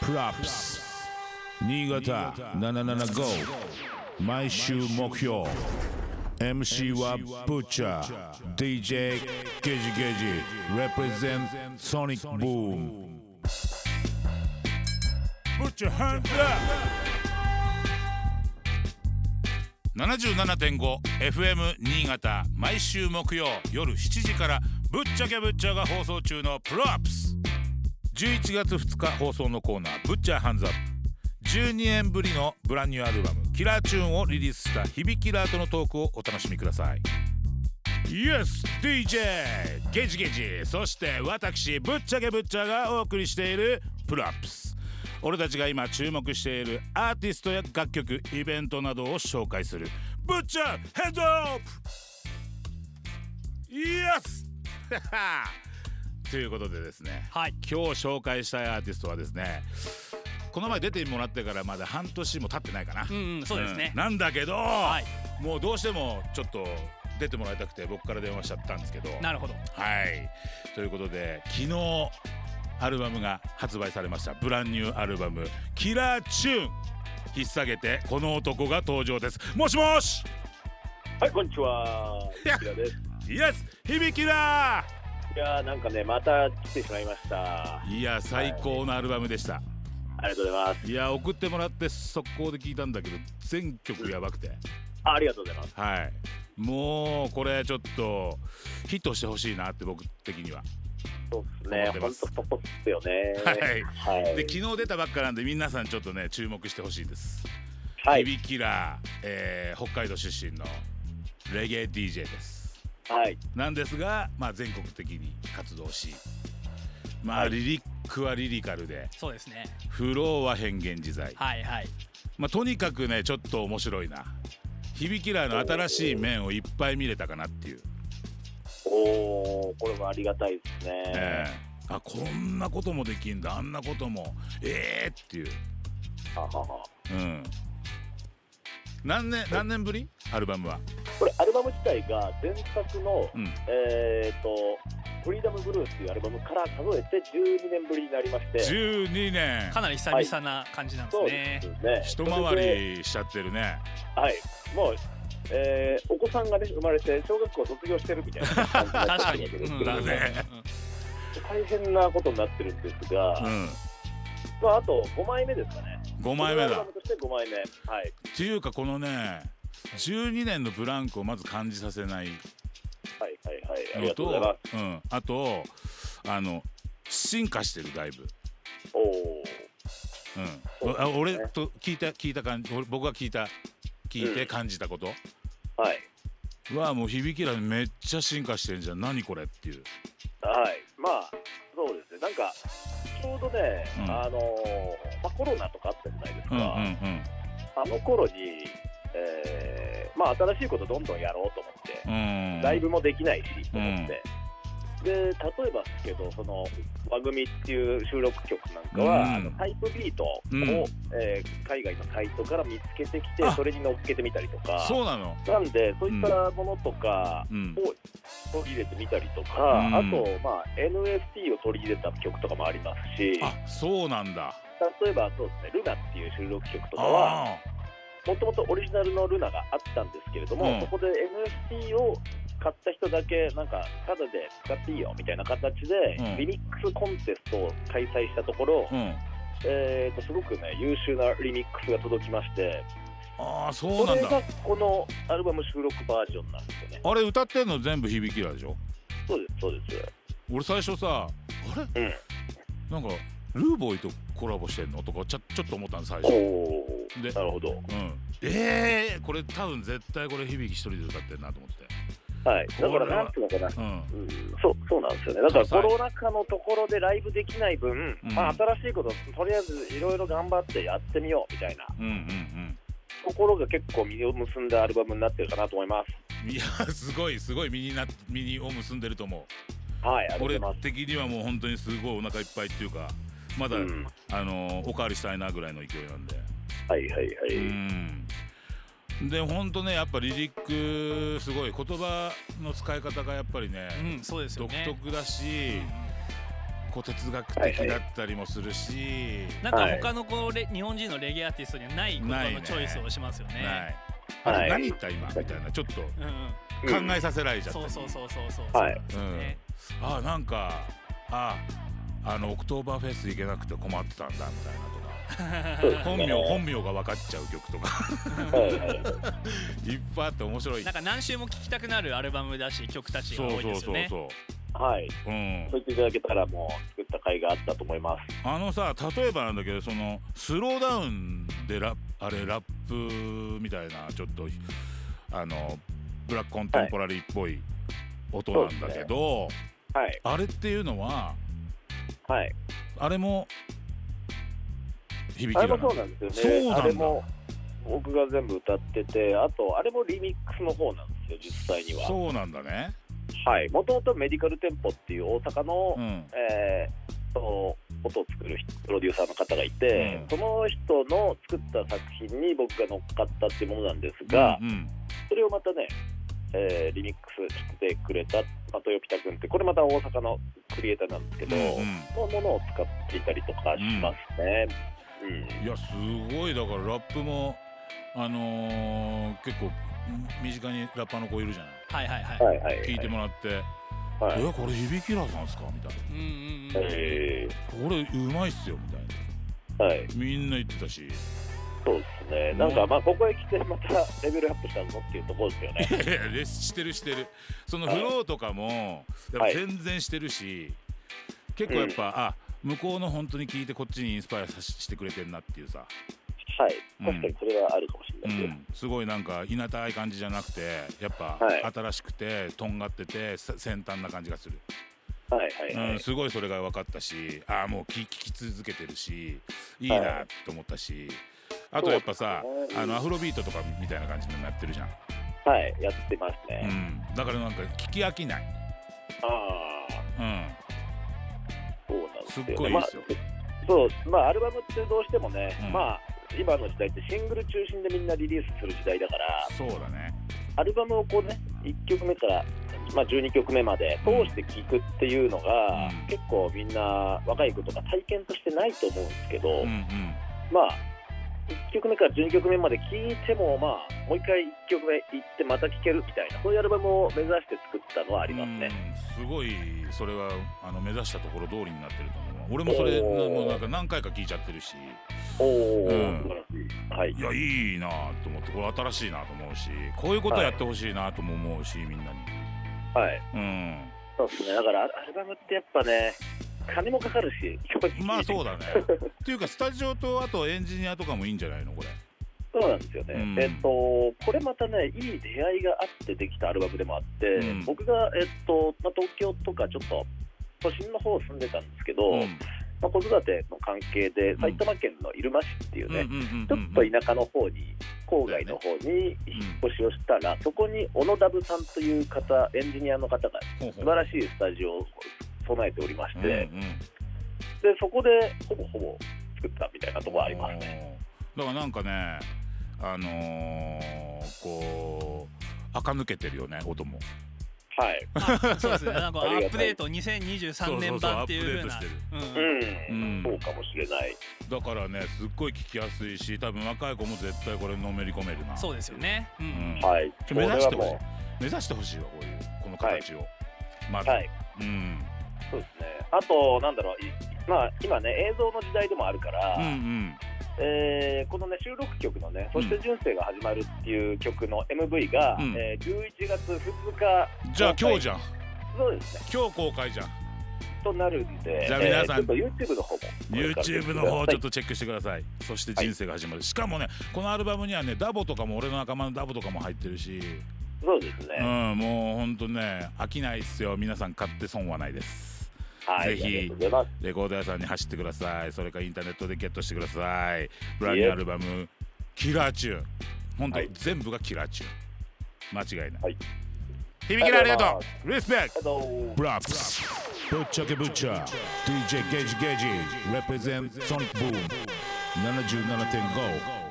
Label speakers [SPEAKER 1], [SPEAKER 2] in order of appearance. [SPEAKER 1] プラップス新潟775毎週目標 MC はブッチャー DJ ゲジゲジ represent ソニックブーム Put your hands up!
[SPEAKER 2] 77.5FM 新潟毎週木曜夜7時から「ぶっちゃけぶっちゃ」が放送中の「プロアップス」11月2日放送のコーナー「ぶっちゃハンズアップ」12年ぶりのブランニューアルバム「キラーチューン」をリリースした響きラーとのトークをお楽しみください YesDJ ゲジゲジそして私ぶっちゃけぶっちゃがお送りしている「プロアップス」俺たちが今注目しているアーティストや楽曲イベントなどを紹介する「ぶっちゃヘッドアップ!」イエス ということでですね
[SPEAKER 3] はい
[SPEAKER 2] 今日紹介したいアーティストはですねこの前出てもらってからまだ半年も経ってないかな、
[SPEAKER 3] うんうんそうですね
[SPEAKER 2] んなんだけど、
[SPEAKER 3] い
[SPEAKER 2] もうどうしてもちょっと出てもらいたくて僕から電話しちゃったんですけど
[SPEAKER 3] なるほど
[SPEAKER 2] はいということで昨日アルバムが発売されましたブランニューアルバム「キラーチューン」引っ提げてこの男が登場ですもしもし
[SPEAKER 4] はい、こんにちは。
[SPEAKER 2] いや
[SPEAKER 4] こちらです。
[SPEAKER 2] イエス響きだ
[SPEAKER 4] いやー、なんかね、また来てしまいました。あ
[SPEAKER 2] いや最高のアルバムでした
[SPEAKER 4] りがとうございます。
[SPEAKER 2] いや送ってもらって速攻で聞いたんだけど全曲やばくて
[SPEAKER 4] あありがとうございます。
[SPEAKER 2] はいもうこれちょっとヒットしてほしいなって僕的には
[SPEAKER 4] そうです
[SPEAKER 2] 頑
[SPEAKER 4] ね
[SPEAKER 2] 張っ、てま
[SPEAKER 4] 本
[SPEAKER 2] す
[SPEAKER 4] 当そこっすよね。
[SPEAKER 2] はい
[SPEAKER 4] はい。
[SPEAKER 2] で昨日出たばっかなんで皆さんちょっとね注目してほしいです
[SPEAKER 4] は
[SPEAKER 2] ビ
[SPEAKER 4] い。
[SPEAKER 2] ビキラー、えー北海道出身のレゲエ DJ です
[SPEAKER 4] はい。
[SPEAKER 2] なんですが、まあ、全国的に活動しまあ、
[SPEAKER 4] はい
[SPEAKER 2] リリックはリリカルで
[SPEAKER 3] そうですね
[SPEAKER 2] フローは変幻自在、
[SPEAKER 3] はいはい
[SPEAKER 2] まあ、とにかくねちょっと面白いな響きらの新しい面をいっぱい見れたかなっていう、
[SPEAKER 4] おー、これもありがたいですね。
[SPEAKER 2] ええあこんなこともできんだあんなこともええー、っていう、
[SPEAKER 4] ははは
[SPEAKER 2] うん、何年何年ぶりアルバムは、
[SPEAKER 4] これ、アルバム自体が前作の、
[SPEAKER 2] うん、
[SPEAKER 4] えー、と、フリーダムブルーっていうアルバムから数えて12年ぶりになりまして、
[SPEAKER 2] 12年
[SPEAKER 3] かなり久々な感じなんです
[SPEAKER 4] そう
[SPEAKER 3] ね
[SPEAKER 4] で、す
[SPEAKER 2] 一
[SPEAKER 4] ね。
[SPEAKER 2] 回りしちゃってるね
[SPEAKER 4] はい、もう、えーお子さんがね、生まれて、小学校卒業してるみたいな感じにな
[SPEAKER 3] 確
[SPEAKER 4] っ
[SPEAKER 3] か
[SPEAKER 4] て
[SPEAKER 3] に、
[SPEAKER 4] るわけです
[SPEAKER 3] う
[SPEAKER 4] け
[SPEAKER 3] ん、
[SPEAKER 4] ど
[SPEAKER 2] だ
[SPEAKER 4] も、
[SPEAKER 2] ね
[SPEAKER 3] うん
[SPEAKER 4] 大変なことになってるんですが、
[SPEAKER 2] うん
[SPEAKER 4] まあ、あと5枚目ですかね。
[SPEAKER 2] 5枚目
[SPEAKER 4] このアル
[SPEAKER 2] だ
[SPEAKER 4] バムとして5枚目。はい。
[SPEAKER 2] っていうかこのね12年のブランクをまず感じさせない
[SPEAKER 4] はいはいはい。あり
[SPEAKER 2] の
[SPEAKER 4] がとうご
[SPEAKER 2] と
[SPEAKER 4] ざいます。
[SPEAKER 2] うん、あとあの進化してるだいぶ、
[SPEAKER 4] お
[SPEAKER 2] うん
[SPEAKER 4] そうですね
[SPEAKER 2] あ俺と聞いた聞いた感じ俺僕が聞いた聞いて感じたこと
[SPEAKER 4] お。はい。
[SPEAKER 2] は、もう響きらめっちゃ進化してんじゃん何これっていう
[SPEAKER 4] はい。まあ、そうですね。なんか、ちょうどね、
[SPEAKER 2] うん
[SPEAKER 4] あのーまあ、コロナとかあったじゃないですか。
[SPEAKER 2] うんうんうん
[SPEAKER 4] あの頃に、えーまあ、新しいことどんどんやろうと思って。
[SPEAKER 2] うん
[SPEAKER 4] ライブもできないしと思って、で例えばですけどその番組っていう収録曲なんかは、
[SPEAKER 2] うん
[SPEAKER 4] あのタイプビートを、
[SPEAKER 2] うん
[SPEAKER 4] えー海外のサイトから見つけてきて
[SPEAKER 2] あ
[SPEAKER 4] それに乗っけてみたりとか
[SPEAKER 2] そうなの
[SPEAKER 4] なんでそういったものとか
[SPEAKER 2] うん
[SPEAKER 4] を取り入れてみたりとか、
[SPEAKER 2] うん
[SPEAKER 4] あと、まあ、NFT を取り入れた曲とかもありますし
[SPEAKER 2] あそうなんだ
[SPEAKER 4] 例えばそうですね「ルナ」っていう収録曲とかは
[SPEAKER 2] あ
[SPEAKER 4] もともとオリジナルのルナがあったんですけれども、
[SPEAKER 2] うん
[SPEAKER 4] そこで NFT を買った人だけなんかタダで使っていいよみたいな形で、
[SPEAKER 2] うん
[SPEAKER 4] リミックスコンテストを開催したところ、
[SPEAKER 2] ーうん
[SPEAKER 4] えー、とすごくね優秀なリミックスが届きまして
[SPEAKER 2] あーそ
[SPEAKER 4] そう
[SPEAKER 2] なん
[SPEAKER 4] れ
[SPEAKER 2] だ
[SPEAKER 4] がこのアルバム収録バージョンなんですよね
[SPEAKER 2] あれ歌ってんの全部響きらでしょ
[SPEAKER 4] そうですそうです
[SPEAKER 2] 俺最初さあれ、なんかルーボーイとコラボしてんのとかちょちょっと思ったの最
[SPEAKER 4] お
[SPEAKER 2] 初、
[SPEAKER 4] お
[SPEAKER 2] で
[SPEAKER 4] ーなるほど
[SPEAKER 2] うん、ええー、これ多分絶対これ響き一人で歌ってんなと思って
[SPEAKER 4] はいだ
[SPEAKER 2] これ
[SPEAKER 4] から
[SPEAKER 2] は
[SPEAKER 4] なんていうのかな
[SPEAKER 2] うん
[SPEAKER 4] うんそうそうなんですよね、だから
[SPEAKER 2] そう
[SPEAKER 4] コ
[SPEAKER 2] そう
[SPEAKER 4] ロナ禍のところでライブできない分、
[SPEAKER 2] うん
[SPEAKER 4] まあ、新しいこと、とりあえずいろいろ頑張ってやってみようみたいな
[SPEAKER 2] うんうん
[SPEAKER 4] ところが結構実を結んだアルバムになってるかなと思います。
[SPEAKER 2] うんいやすごいすごい身にな身にを結んでると思
[SPEAKER 4] はい、あ
[SPEAKER 2] う
[SPEAKER 4] り
[SPEAKER 2] 俺
[SPEAKER 4] がとうござい
[SPEAKER 2] 的にはもう本当にすごいお腹いっぱいっていうかまだ、
[SPEAKER 4] ます。うん、
[SPEAKER 2] あのおかわりしたいなぐらいの勢いなんで
[SPEAKER 4] はいはいはい。
[SPEAKER 2] うんで本当ねやっぱリリックすごい言葉の使い方がやっぱりね、
[SPEAKER 3] うんそうですよ
[SPEAKER 2] 独
[SPEAKER 3] ね
[SPEAKER 2] 特だし、こう哲学的だったりもするし、
[SPEAKER 3] なんか他のこうレ日本人のレゲエアーティストにはない言葉
[SPEAKER 2] ないね
[SPEAKER 3] のチョイスをしますよね。
[SPEAKER 2] はい
[SPEAKER 4] はい
[SPEAKER 2] あれ何言った今みたいなちょっと考
[SPEAKER 3] うんうん、
[SPEAKER 4] うん
[SPEAKER 2] えさせられちゃった
[SPEAKER 3] そ
[SPEAKER 2] り
[SPEAKER 3] うそうそうそうそう。
[SPEAKER 4] はい
[SPEAKER 3] そうですね
[SPEAKER 2] あなんかああのオクトーバーフェス行けなくて困ってたんだみたいな
[SPEAKER 4] そうです
[SPEAKER 2] とか 本名
[SPEAKER 4] ね
[SPEAKER 2] 本名が分かっちゃう曲とか
[SPEAKER 4] はいはい
[SPEAKER 2] いっぱいあって面白い
[SPEAKER 3] なんか何周も聴きたくなるアルバムだし曲たちが
[SPEAKER 2] そう
[SPEAKER 3] 多い
[SPEAKER 2] そ
[SPEAKER 3] で
[SPEAKER 2] う
[SPEAKER 3] すよ
[SPEAKER 2] そう
[SPEAKER 3] ね。
[SPEAKER 2] そう
[SPEAKER 4] はい、
[SPEAKER 2] うん
[SPEAKER 4] そう言っていただけたらもう作った甲斐があったと思います
[SPEAKER 2] あのさ例えばなんだけどそのスローダウンでラッあれラップみたいなちょっとあのブラックコンテンポラリーっぽい音なんだけど、
[SPEAKER 4] はい
[SPEAKER 2] あれっていうのは
[SPEAKER 4] はい
[SPEAKER 2] あれも響き
[SPEAKER 4] あ
[SPEAKER 2] が
[SPEAKER 4] れ
[SPEAKER 2] な
[SPEAKER 4] も
[SPEAKER 2] い
[SPEAKER 4] そうなんですよね
[SPEAKER 2] そうなんだ
[SPEAKER 4] あれも僕が全部歌っててあとあれもリミックスの方なんですよ実際には
[SPEAKER 2] そうなんだね
[SPEAKER 4] はいもともとメディカルテンポっていう大阪の、
[SPEAKER 2] うん
[SPEAKER 4] えーその音を作る人プロデューサーの方がいて、
[SPEAKER 2] うん
[SPEAKER 4] その人の作った作品に僕が乗っかったっていうものなんですが、
[SPEAKER 2] うんうん
[SPEAKER 4] それをまたね、えーリミックスしてくれた、まあ、豊北君ってこれまた大阪のクリエイターなんですけど、
[SPEAKER 2] うんうん
[SPEAKER 4] のものを使っていたりとかしますね。うん
[SPEAKER 2] いやすごいだからラップもあのー結構身近にラッパーの子いるじゃない
[SPEAKER 3] はいはいはい。
[SPEAKER 4] はいはい、はい、
[SPEAKER 2] 聞いてもらって「
[SPEAKER 4] は
[SPEAKER 2] え
[SPEAKER 4] い、
[SPEAKER 2] これ響きらさんですか?」みたい
[SPEAKER 3] うんうんうん。
[SPEAKER 4] え
[SPEAKER 2] な「これうまいっすよ」みたいな
[SPEAKER 4] ーはい、
[SPEAKER 2] みんな言ってたし
[SPEAKER 4] そうですね、なんか、まあ、ここへ来て、またレベルアップしたぞっていうところですよね。
[SPEAKER 2] いやいやしてるしてるそのフローとかもやっぱ
[SPEAKER 4] はい
[SPEAKER 2] 全然してるし、結構やっぱ、あ向こうの本当に聞いてこっちにインスパイアさししてくれてんなっていうさ、
[SPEAKER 4] はい、
[SPEAKER 2] うん
[SPEAKER 4] 確かにそれはあるかもし
[SPEAKER 2] う
[SPEAKER 4] れないです。
[SPEAKER 2] ん、すごいなんかいなたい感じじゃなくてやっぱ
[SPEAKER 4] はい
[SPEAKER 2] 新しくてとんがっててさ先端な感じがする、
[SPEAKER 4] はいはいはい、
[SPEAKER 2] うん、すごいそれが分かったしああもう聞聞き続けてるしいいなと思ったし、あとやっぱさ、
[SPEAKER 4] そうですね
[SPEAKER 2] あ
[SPEAKER 4] うん
[SPEAKER 2] のアフロビートとかみたいな感じになってるじゃん、
[SPEAKER 4] はい、やってます
[SPEAKER 2] う
[SPEAKER 4] ね。
[SPEAKER 2] ん、だからなんか聞き飽きない、
[SPEAKER 4] ああ、
[SPEAKER 2] うん、
[SPEAKER 4] そうなんですよ、ね。
[SPEAKER 2] すっごいいいですよ
[SPEAKER 4] まあ、そう、まあ、アルバムってどうしてもね、
[SPEAKER 2] うん
[SPEAKER 4] まあ、今の時代ってシングル中心でみんなリリースする時代だから、
[SPEAKER 2] そうだね
[SPEAKER 4] アルバムをこうね、1曲目から、まあ、12曲目まで通して聴くっていうのが、
[SPEAKER 2] うん
[SPEAKER 4] 結構みんな若い子とか体験としてないと思うんですけど、
[SPEAKER 2] うんうん
[SPEAKER 4] まあ、1曲目から12曲目まで聴いても、まあ、もう一回1曲目行ってまた聴けるみたいな、そういうアルバムを目指して作ったのはありますね。
[SPEAKER 2] うんすごいそれはあの目指したところ通りになってると思うわ俺もそれな
[SPEAKER 4] おー
[SPEAKER 2] もうなんか何回か聞いちゃってるし
[SPEAKER 4] おお
[SPEAKER 2] うん
[SPEAKER 4] ー、素晴らしい。はい。
[SPEAKER 2] いやいいなと思ってこれ新しいなと思うしこういうことやってほしいなとも思うしみんなに
[SPEAKER 4] はい。
[SPEAKER 2] う
[SPEAKER 4] そうですね。だから、アルバムってやっぱね、金もかかるし、
[SPEAKER 2] んまあそう
[SPEAKER 4] う。
[SPEAKER 2] だねっていうかスタジオとあとエンジニアとかもいいんじゃないのこれ
[SPEAKER 4] そうなんですよね。
[SPEAKER 2] うん
[SPEAKER 4] えっと、これまたね、いい出会いがあってできたアルバムでもあって、
[SPEAKER 2] うん
[SPEAKER 4] 僕が、えっと、まあ、東京とかちょっと、都心の方住んでたんですけど、
[SPEAKER 2] うん
[SPEAKER 4] まあ、子育ての関係で、
[SPEAKER 2] ん
[SPEAKER 4] 埼玉県の入間市っていうね、
[SPEAKER 2] うんうんうん
[SPEAKER 4] ちょっと田舎の方に、郊外の方に引っ越しをしたら、そこに小野ダブさんという方、エンジニアの方が
[SPEAKER 2] ほうほ
[SPEAKER 4] 素
[SPEAKER 2] う
[SPEAKER 4] 晴らしいスタジオを備えておりまして、
[SPEAKER 2] うんうん
[SPEAKER 4] でそこでほぼほぼ作ったみたいなところありますね。
[SPEAKER 2] おーだからなんかねあのー、こう垢抜けてるよね音も
[SPEAKER 4] はい。
[SPEAKER 3] あそうですね。なんかア
[SPEAKER 4] ありがたい
[SPEAKER 3] ップデート2023年版っていう風な。
[SPEAKER 2] そうそう
[SPEAKER 4] う
[SPEAKER 3] うん
[SPEAKER 4] ん、
[SPEAKER 2] うん
[SPEAKER 4] そうかもしれない。
[SPEAKER 2] だからねすっごい聞きやすいし多分若い子も絶対これのめり込めるな
[SPEAKER 3] そうですよね。う
[SPEAKER 2] うんん
[SPEAKER 4] はい。
[SPEAKER 2] 目指してほしい
[SPEAKER 4] こ
[SPEAKER 2] 目指してほしいわこういうこの形を、ま
[SPEAKER 4] れはもうはい。
[SPEAKER 2] うん、
[SPEAKER 4] そうですね。あとなんだろう。いまあ今ね映像の時代でもあるから、
[SPEAKER 2] うんうん
[SPEAKER 4] えーこのね収録曲のね、そして人生が始まるっていう曲の MV が、
[SPEAKER 2] うん
[SPEAKER 4] えー11月2日
[SPEAKER 2] じゃあ今日
[SPEAKER 4] ゃ
[SPEAKER 2] じゃん
[SPEAKER 4] そうですね
[SPEAKER 2] 今日公開じゃん
[SPEAKER 4] となるんで、
[SPEAKER 2] じゃあ
[SPEAKER 4] えー
[SPEAKER 2] 皆さん
[SPEAKER 4] ちょっと YouTube の方も
[SPEAKER 2] YouTube の方
[SPEAKER 4] は
[SPEAKER 2] ちょ
[SPEAKER 4] い
[SPEAKER 2] っとチェックしてくださいそして人生が始まるしかもねこのアルバムにはねダボとかも俺の仲間のダボとかも入ってるし、
[SPEAKER 4] そうです
[SPEAKER 2] う
[SPEAKER 4] ね。
[SPEAKER 2] ん、もうほんとね飽きないっすよ皆さん買って損はないです
[SPEAKER 4] は
[SPEAKER 2] ぜ
[SPEAKER 4] い。
[SPEAKER 2] ひ
[SPEAKER 4] ありがとうございます。
[SPEAKER 2] レコード屋さんに走ってくださいそれからインターネットでゲットしてくださいブランニューアルバム「キラーチューン」本当、
[SPEAKER 4] はい
[SPEAKER 2] 全部がキラーチューン間違いない、
[SPEAKER 4] はい
[SPEAKER 2] 響きらありがと
[SPEAKER 4] ありがとうござ
[SPEAKER 2] うリスペクト
[SPEAKER 4] あの
[SPEAKER 2] ブラックス
[SPEAKER 1] ぶっちゃけぶっちゃ DJ ゲージゲージ represent Sonic Boom 77.5